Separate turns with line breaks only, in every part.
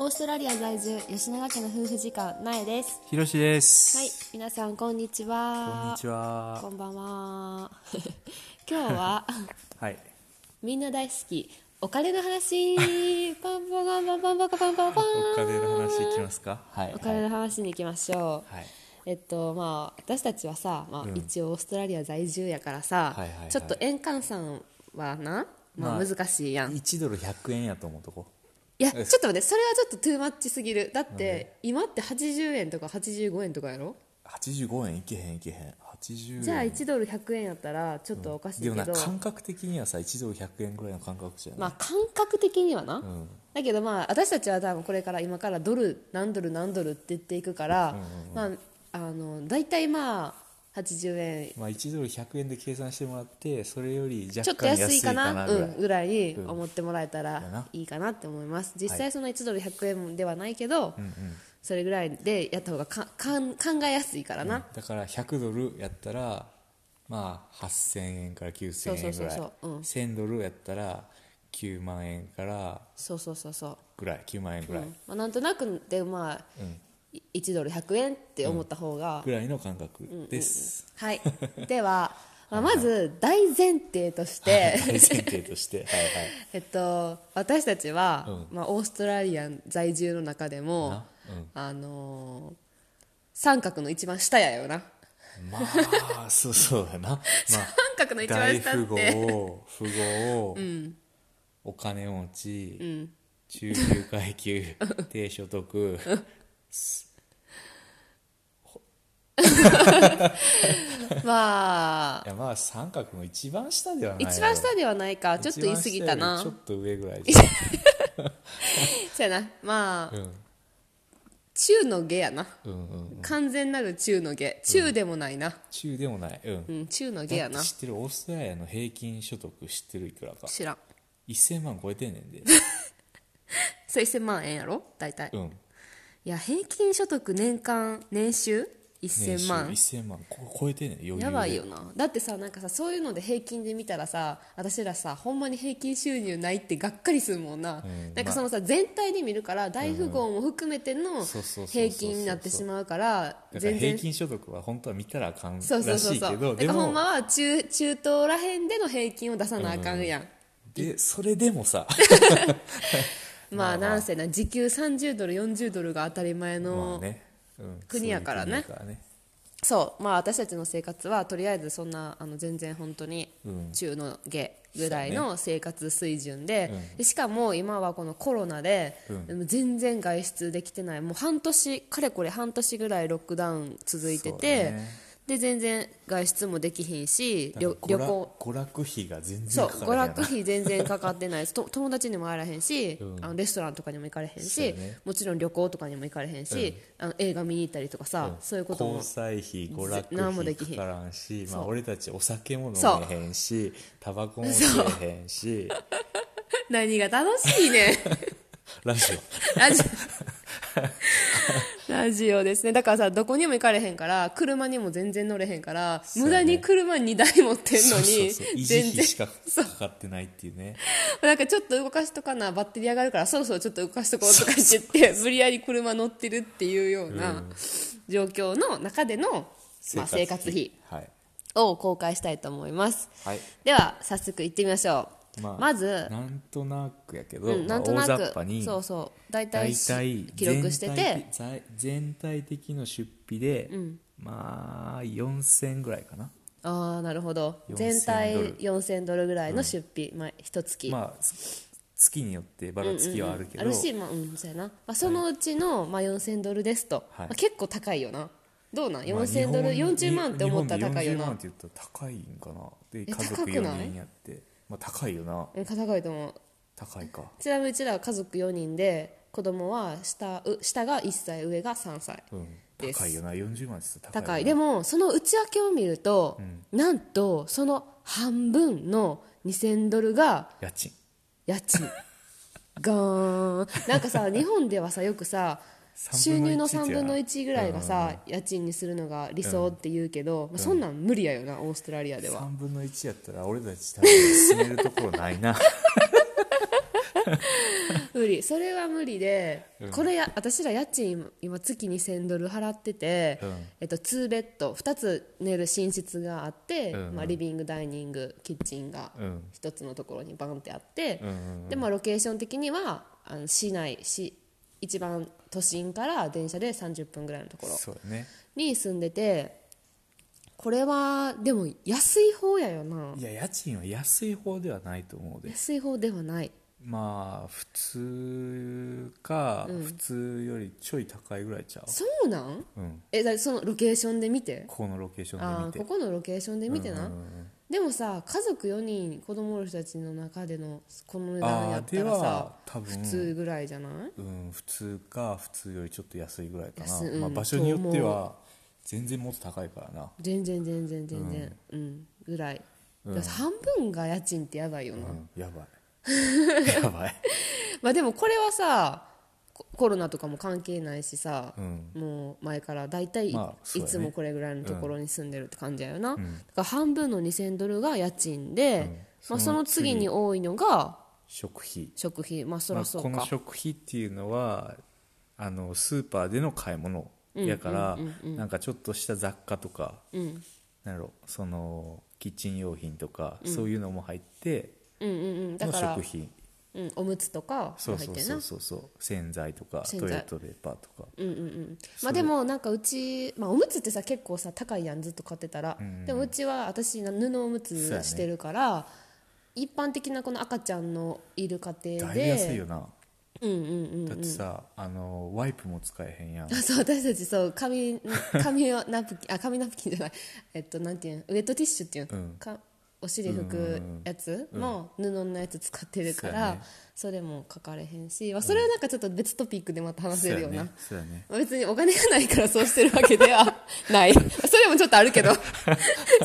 オーストラリア在住吉永家の夫婦時間なえです
ひろしです。
はい皆さんこんにち
こん
は
にち
こ
は。
んばんは 今日は
はい。
みんな大好きお金の話パンパカパンパンパカパンパンパン
お金の話いきますか。はい。
お金の
はい
話に行きましょう、
はい
えっとまあ私たちはさ、まあ一応オーストラリア在住やからさ、
はいはいはい
ちょっと円換算はな、まあ、
まあ
難しいやん、い
一ドル百円やと思うとこ。
やちょっと待ってそれはちょっとトゥーマッチすぎるだって今って80円とか85円とかやろ
八十五円いけへんいけへん。八十円。
じゃあ1ドル100円やったらちょっとおかしいけ
で
ど、
もな感覚的にはさ一ドル百円ぐらいの感覚じゃない。
まあ感覚的にはな、
ん
だけどまあ私たちは多分これから今からドル何ドル何ドルって言っていくから、まああの大体まあ80円
まあ一ドル百円で計算してもらってそれより
ちょ
若
っと
干
安
安
い
い
か
か
な
なぐら
う
い。
ん、ぐらいに思ってもらえた
だ
ら
ない
いかなって思います実
は
際その1ドル100円ではないけど、それぐらいでやった方がかかん考えやすいからな、
だから100ドルやったらまあ8000円から9000
そう
円
そ
ぐ
う
らい
そうそううん
1000ドルやったら9万円から
そうそうそうそう、
ぐらい9万円ぐ
う
らい、
んまあ、なんとなくでまあ、い1ドル100円って思った方が、
ぐらいの感覚です、
はい、では、まあ、まず大前提として
大前提として はいはい
えっと、私たちは、
う
まあ、オーストラリア在住の中でも
な、うん
あのー三角の一番下やよな
まあそうそうだな、ま あ、
三角の一番
大
下っ
富豪
て
富豪、お金持ち、中級階級低所得
まあ
いやまあ三角の一番下ではない
一番下ではないか
一
ちょ
番
っと言い過ぎたな
下よりちょっと上ぐらいで
そうやなまあ、
うん
中の下やな、
うんうん
完全なる中の下中でもないな、
中でもないうん、
うん中の下
だ
や
って
な
知ってるオーストラリアの平均所得知ってるいくらか
知らん
1000万超えてんねんで
それ1000万円やろ大体、
うん
いや平均所得年間年収1000万
年収1000万こ超えてんねん余裕で
やばいよなだってさなんかさそういうので平均で見たらさ私らさほんまに平均収入ないってがっかりするもんな、
ん
なんかそのさ全体で見るから大富豪も含めての
そうそうそうそうそう
平均になってしまうから
だから
全
平
然
均所得は本当は見たらあかんらし
そうそうそう
い
そ
け
うだ
ど
か
で
らほんま
も
は中中東らへんでの平均を出さなあかんやん、
でそれで もさ
まあなんせな時給30ドル40ドルが当たり前
ま
の、
あね、うん
国やからね
そういう国やからね
そうまあ私たちの生活はとりあえずそんなあの全然本当に
うん
中の下ぐらいの生活水準で,、でしかも今はこのコロナで、
うん
全然外出できてないもう半年かれこれ半年ぐらいロックダウン続いてて、
そうね
で全然外出もできひんし
だ
旅
か
旅
ら娯楽
行
娯楽費が全
そ
然
う
かか
娯
らへんや
楽
な
費全然かかってないですと友達にも会えらへんし、
うん
あのレストランとかにも行かれへん
そう
し、
やね
もちろん旅行とかにも行かれへんし、あの映画見に行ったりとかさ、そういうことも
交際費娯楽
何もで
費
きひん
かからんしま
そ
あ、
う
俺たちお酒も飲
そう
めへんしタバコも吸えへんし
何が楽しい ねん
ラ ジオ
ラジオラジオですねだからさどこにも行かれへんから車にも全然乗れへんから、
う
無
や
駄
ね
に車2台持ってんの
そうそう
に
そう維持
全
費
然
しかかかってないっていうね
なんかちょっと動かしとかなバッテリー上がるからそろそろちょっと動かしとこうとか言って無理やり車乗ってるっていうような状況の中での、まあ、生活費
はい、
を公開したいと思います、
はい
では早速行ってみましょう、
まあ
まず
なんとなくやけど、
うん、
ま
な
あ
んと
大
な
雑
く
把に
そうそう大体
大体
記録してて
全体的全体的の出費で、まあ4000ぐらいかな
ああなるほど
4000
全体
ドル
4000ドルぐらいの出費、まあ一月、
まあつ月によってばらつきはあるけど、
あるし、まあうん、そうやな、まあ、そのうちの、まあ、4000ドルですと、
はい
まあ、結構高いよなどうなん
まあ
4000ドル、
日本
40万って思ったら高いよ
日
な
本で40万って言ったら高いんかなで
え
家族
高くない
4人やってまあ高いよな
うん高いと思う
高いか
ちなみにうちらは家族4人で子供は下う下が1歳上が3歳
うん
です
高いよな40万って言ったら高い
高い
よ
でもその内訳を見ると、なんとその半分の2000ドルが
な家賃
家賃ガーンなんか さ日本ではさよくさ収
3
入の
分の1
3分の1ぐらいがさ、家賃にするのが理想って言うけど、まあ、そんなん無理やよなオーストラリアでは、
3分の1やったら俺たち多分住めるところないな
無理それは無理で、
うん
これや私ら家賃今今月2000ドル払ってて、
うん
えっと、2ベッド2つ寝る寝室があって、
うんうん
まあ、リビングダイニングキッチンが
うん
1つのところにバンってあって、
うんうん
でまあ、ロケーション的にはあの市内市一番都心から電車で30分ぐらいのところ
そうだね
に住んでてこれはでも安い方やよない
や家賃は安い方ではないと思うで
安い方ではない
まあ普通か、普通よりちょい高いぐらいちゃ
そうなん
ううん
えだそのロケーションで見て
ここのロケーショ
あ
ン
あ
で
こ
見て
このロケーションで見てな、
うんうんうん
でもさ家族4人子供おる人たちの中でのこの値段や
あ
っ
あで
たらさ
は多分
普通ぐらいじゃない
うん、普通か普通よりちょっと安いぐらいかな、
安いうん
まあ、場所によっては全然もっと高いからな
全然全然全然うん、ぐらい、だから半分が家賃ってやばいよ
う
な、
んやばい やばい
まあでもこれはさココロナとかも関係ないしさ、
うん
もう前から大体い,、
まあそ
い
うだね
つもこれぐらいのところに住んでるって感じやよな、だから半分の2000ドルが家賃で、まあ、そ
そ
の
の
次
次
に多いのが
食費
食費まあそ
ま
ら
あ、
そう
こ
か、
の食費っていうのはあのスーパーでの買い物やから、なんかちょっとした雑貨とか、
うん、
なんやろそのキッチン用品とか、そういうのも入って
うんうんうんだ
の
から
食費
うん、おむつとか
そ
も
う
入っ
そう
てん
そ
な
うそうそう洗剤とか
洗
トイレ
剤
ットペーパーとか
うんうんうんまあでもなんかうち、まあ、おむつってさ結構さ高いやんずっと買ってたら、でもうちは私な布おむ
そうや
つ
ね
してるから、一般的なこの赤ちゃんのいる家庭
だいぶ安い
で
よな、
うんうん うん
だってさあのワイプも使えへんやん
そう私たちそう紙紙をナプキンあ紙ナプキンじゃないえっとなんていうんウェットティッシュっていうの、
うん
かお尻拭くやつも布のやつ使ってるか
そう
ら、
やね
それも書かれへんし、まあ、それはなんかちょっと別トピックでまた話せるような、
そうやね
まあ別にお金がないからそうしてるわけで はないそれもちょっとあるけど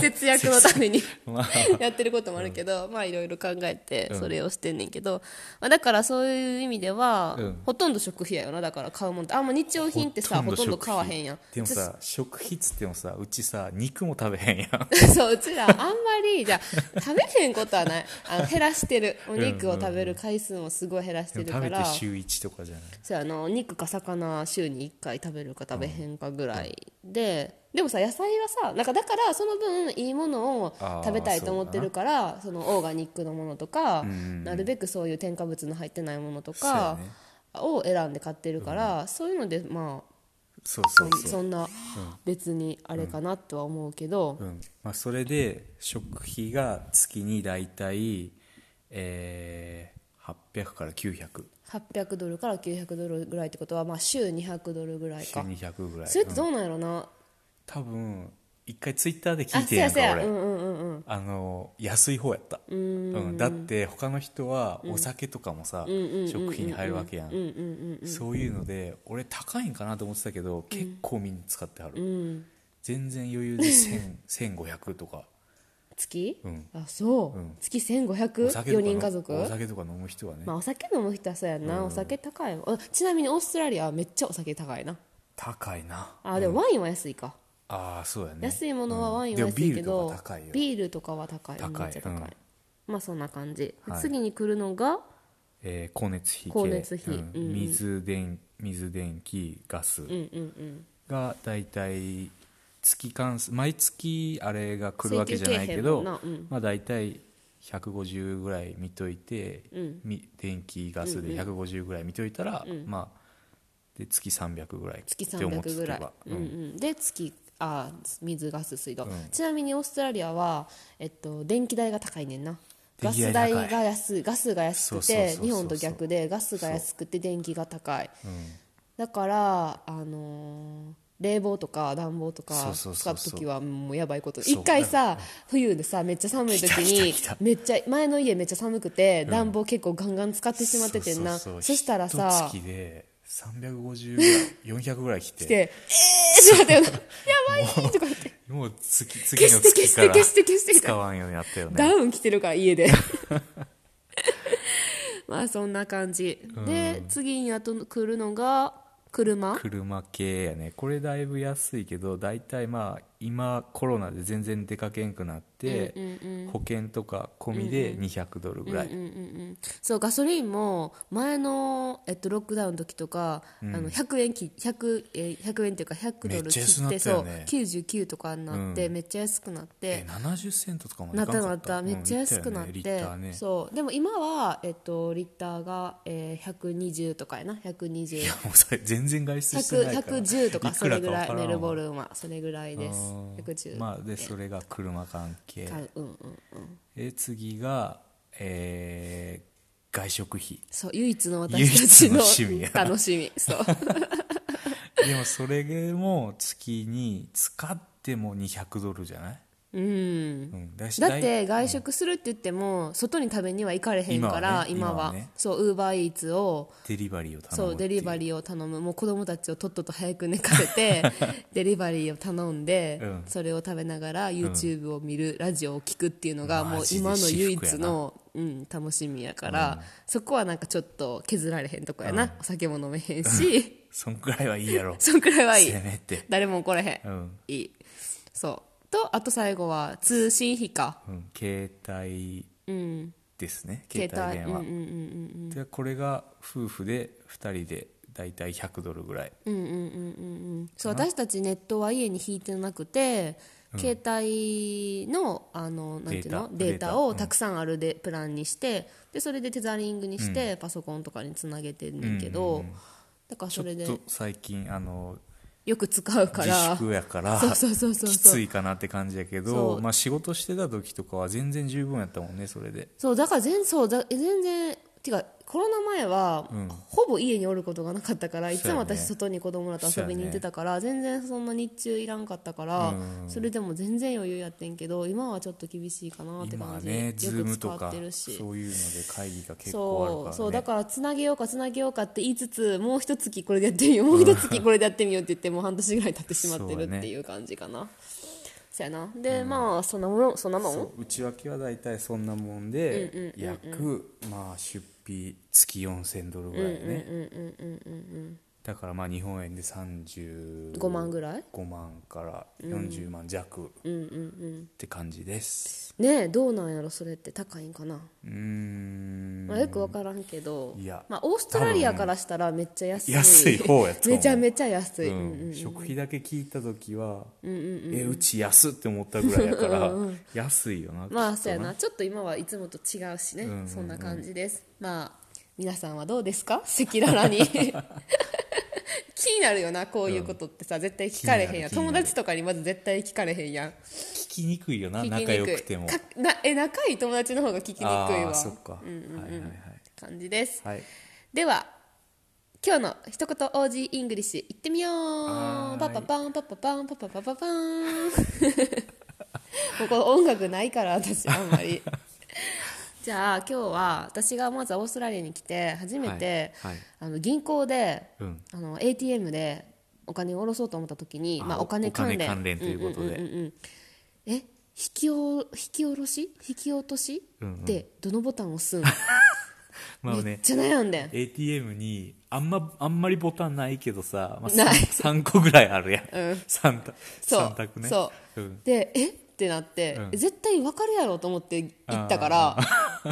節約のために
そうやねまあ
やってることもあるけど、まあいろいろ考えてそれをしてんねんけど、まあ、だからそういう意味では、
うん
ほとんど食費やよなだから買うもんってあんま日用品ってさほとんど
食
買
費
わへんやん
でもさ食費っつってもさうちさ肉も食べへんやん
そううちらあんまりじゃあ食べへんことはないあの減らしてるお肉を食べる回数もすごい減らしてる
でも
か
食べて
ら
週1とかじゃない
そうやなお肉か魚週に1回食べるか食べへんかぐらいで、でもさ野菜はさなんかだからその分いいものを
あー
食べたいと思ってるからそのオーガニックのものとか、なるべくそういう添加物の入ってないものと
そうや
か
ね
を選んで買ってるから、そういうのでまあ
そうそうそう
そんな別にあれかなとは思うけど、
うんまあ、それで食費が月に大体、えー、800から900
800ドルから900ドルぐらいってことは、まあ、週200ドルぐらい
週
か
200ぐらい
それって
うん
どうなんやろな、
多分一回ツイッターで聞
あ
い
そ
て
うん
や
や
ん
そ
か
うや
俺、
うんうんうんうん
あの安い方やったうんだって他の人はお酒とかもさ、食費に入るわけや
う
ん,、
んうんうん
そういうので俺高いんかなと思ってたけど結構みんな使ってはる、全然余裕で1000 1500とか
月、
うん
あそう、
うん
月1500
お酒と
4
かの
人家族
お酒とか飲む人はね、
まあ、お酒飲む人はそうやんな、お酒高いあちなみにオーストラリアはめっちゃお酒高いな
高いな
あでもワインは安いか、
ああそうやね
安いものはワイン
で
は
も
安い
ビー
け
ルと
ど
か高いよ
ビールとかは高い
高い
めっちゃ高い、
うん
まあそんな感じ、
はい
次に来るのが
えー光熱費系
光熱費
うん
うんうん
水電水電気ガス
うんうん
が大体月換算毎月あれが来るわけじゃ
請求
ないけ
けえへんも
ど
んなうん
まあ大体150ぐらい見といて、み電気ガスで150ぐらい見といたら、まあで月300ぐらい
月
って思って
300ぐらい、うんうん、で月あ水ガス水道、
ん
ちなみにオーストラリアは、えっと、電気代が高いねんなガ
電気
ス
代
代
高い
が安いガスが安く
そうそうそう
て
そうそう
日本と逆でガスが安くて電気が高いだから、あのー冷房とか暖房と
そ
か
うそう
使
そうう
と
そう
きはもうやばいこと
そう
一回さ冬でさめっちゃ寒い時に
来た来た来た
めっちゃ前の家めっちゃ寒くて暖房結構ガンガン使ってしまっててんな
そうそう
そ
そう
したらさ
一月で350ぐらい400ぐらい来て
来て「えー!」ってなって「やばい!」とか言って
もう月次
消
の
して消
月
し
か
て
ら
消して消して
使わんようになったよね
ダウン着てるから家で まあそんな感じ、で次にあと来るのが車
車系やねこれだいぶ安いけど大体まあ今コロナで全然出かけんくなって、
うんうん
保険とか込みで200ドルぐらい、
うんうんうん、そうガソリンも前の、えっと、ロックダウンの時とか、あの100円き100、えー100円っていうか100ド
め
ル
っちゃ安
切
な
っ
ってた
そ
よ
う
ね
99とかになって、
うん
めっちゃ安くなっ
え
て
70セントとかまで
なっ
いか
た
んか
なっためっちゃ安くなっ
うんリッ
て、
ターね
そうでも今は、えっと、リッターが、えー、120とかやな120
いやもうそれ全然外出してないから
110とか
い
そ
く
れ
ら
ぐらい
わから
メ
んわ
ルボルンはそれぐらいです
あー
110
まあでそれが車関係
買ううんうんうん
え次が、えー外食費
そう唯一の私たちの
唯一の趣味や
楽しみ そう
でもそれも月に使っても200ドルじゃない、
うん
うん、だし
だっ
大
て外食するって言っても外に食べには行かれへんから今
今
は,、
はね今はね
そうウーバーイーツを
デリバリーを頼む
そうデリバ
リ
リーを頼むもう子供たちをとっとと早く寝かせ てデリバリーを頼んで、
うん
それを食べながら YouTube を見る、ラジオを聞くっていうのがもう
マジで
今の唯
至
一
福や
の、うん、楽しみやから、そこはなんかちょっと削られへんとこやな、お酒も飲めへんし
そんくらいはいいやろ
そんくらいはいい
せめて
誰も怒らへん、
うん、
いいそうとあと最後は通信費か
うん、携帯
うん
ですね携
携帯
帯電話、
うんうんうんうん
でこれが夫婦で2人で大体100ドルぐらい
うんうんうんうんうんそう私たちネットは家に引いてなくて、携帯のあのなんていうのデー
デ
タ
ータデータ
を
うん
たくさんあるで、プランにしてでそれでテザリングにして、パソコンとかにつなげてんねんけど、だから
ち
そ
ょっ
れで
と最近あの
よく使うか
自
ら
粛やから
そうそうそうそう
き
そ
つ
う
いかなって感じやけ
そ
ど
う
まあ仕事してた時とかは全然十分やったもんねそれで
そうだから全そうだ全然てかコロナ前は、ほぼ家におることがなかったからいつも私
そう
外に子供らと遊びに行ってたから、全然そんな日中いらんかったから、それでも全然余裕やってんけど今はちょっと厳しいかなって
今
感
は
じ、
ね
よ
ズー
く
ムと
使っ
か
てるし
そういうので会議が結構ある
そ
か
う,、
ら、ね、
そうだからつなげようかつなげようかって言いつつもう一月これでやってみようもう一月これでやってみようって言ってもう半年ぐらい経ってしまってるっていう感じかなそう,、やなで、まあそんなもんそんなもん
そう内訳は大体そんなもんで約まあ出費月4000ドルぐらいねだからまあ日本円で35
5万ぐらい
5万から40万弱って感じです
ねえどうなんやろそれって高いんかな、
うーん
まあ、よく分からんけど
いや
まあ、オーストラリアからしたらめっちゃ安い
安い方やと思う
めちゃめちゃ安い、
う
うん
ん、食費だけ聞いた時は、えうち安って思ったぐらいやから安いよ
ま
なき
あ
っと
そうやなちょっと今はいつもと違うしね、そんな感じですまあ皆さんはどうですか赤裸 々に気になるよなこういうことってさ、絶対聞かれへんやん
気にな
友
る
達とかにまず絶対聞かれへんやん
聞きにくいよな
聞きに
仲
くい
良くても
かなえ仲いい友達の方が聞きにくい
あ
わ
あそっか、
うんうんうん
はいはいはい
感じです
はい
では今日の一言 OG イングリッシュ行ってみよ
はー
う
い
パパパンパパパンパパパパパーン もうこの音楽ないから私あんま りじゃあ今日は私がまずオーストラリアに来て初めて、
はいはい
あの銀行で、
うん
あの ATM でお金を下ろそうと思った時に
あ
まあ、お金関連
お金関連ということで
んんうんうんえ引きお引き下ろし引き落とし、
うんうん
ってどのボタンを押す ん、
まあ
めっ
ね
ちゃ悩んでん
ATM にあん,、まあんまりボタンないけどさ、まあ、
ない
3, 個ぐらいあるやん、
うん
3, 択
そう
三択ね
そう、
ん
でえってなって、
うん
絶対分かるやろと思って行ったから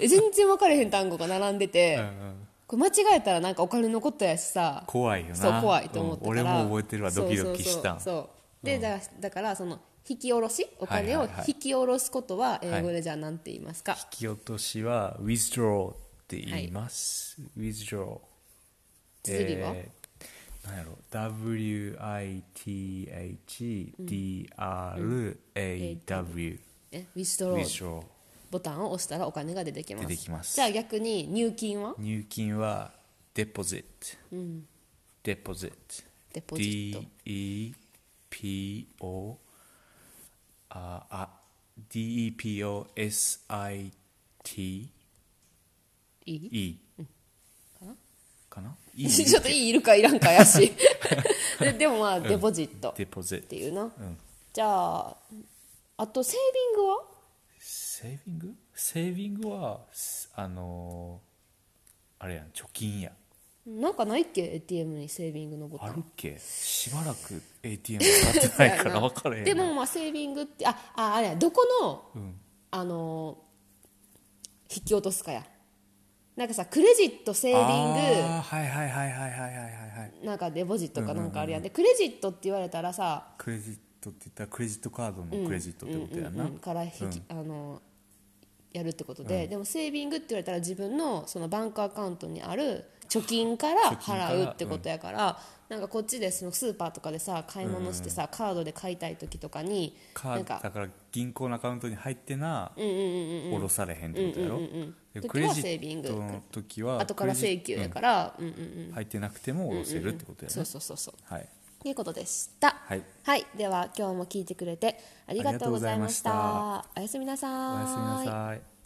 え 全然分かれへん単語が並んでて、
うんうん
これ間違えたらなんかお金のことやしさ
怖いよな
そう怖いと思ったから、
うん俺も覚えてるわドキドキした
そうそうそうそうでだからだからその引き下ろしお金
は
を
いはいはい
引き下ろすことは英語
は
でじゃあ何て言いますか、
引き落としは withdraw って言います、withdraw
綴りは
えー、なんやろ WITHDRAW
えウィストロー
withdraw
ボタンを押したらお金が出てきます
出てきます
じゃあ逆に入金は
入金は deposit deposit
deposit
DEPO ああ DEPOSIT
いい
E かな E
ちょっといいいるかいらんかや しででもまあデポジットっ
deposit
ていうな、
ん
じゃああとセービングは
セービングセービングはすあのーあれやん貯金や
なんかないっけ ATM にセービングのボタ
あるっ
ン
けしばらく ATM 使ってないから分からへん
で
な
もまあセービングってあああれやどこの、
ん
あのー引き落とすかやなんかさクレジットセービン
あーはいはいはいはいはいはいはいはい
グなんかデポジットかなんかあるやんでクレジットって言われたらさ
クレジットって言ったらクレジットカードのクレジットってことや
うん
な、
うんから引き、
うん
あのやるってことで、でもセービングって言われたら自分のそのバンクアカウントにある貯金から
貯金から
払うってことやからなんかこっちでそのスーパーとかでさ買い物してさ、カードで買いたい時とかに
カ
なん
ード
か
だから銀行のアカウントに入ってな下ろされへんってことやろ、で
時は
クレジ
セービン
ッ
グ
トの時は
後から請求やから、うん、うんうん
うん入ってなくても下ろせるってことや
そ
ね
うそうそうそう
はい
ということでした
はい
では今日も聞いてくれてありがとうございました
あ
お
りがとうござい
やすみなさ
お
ー
やすみなさい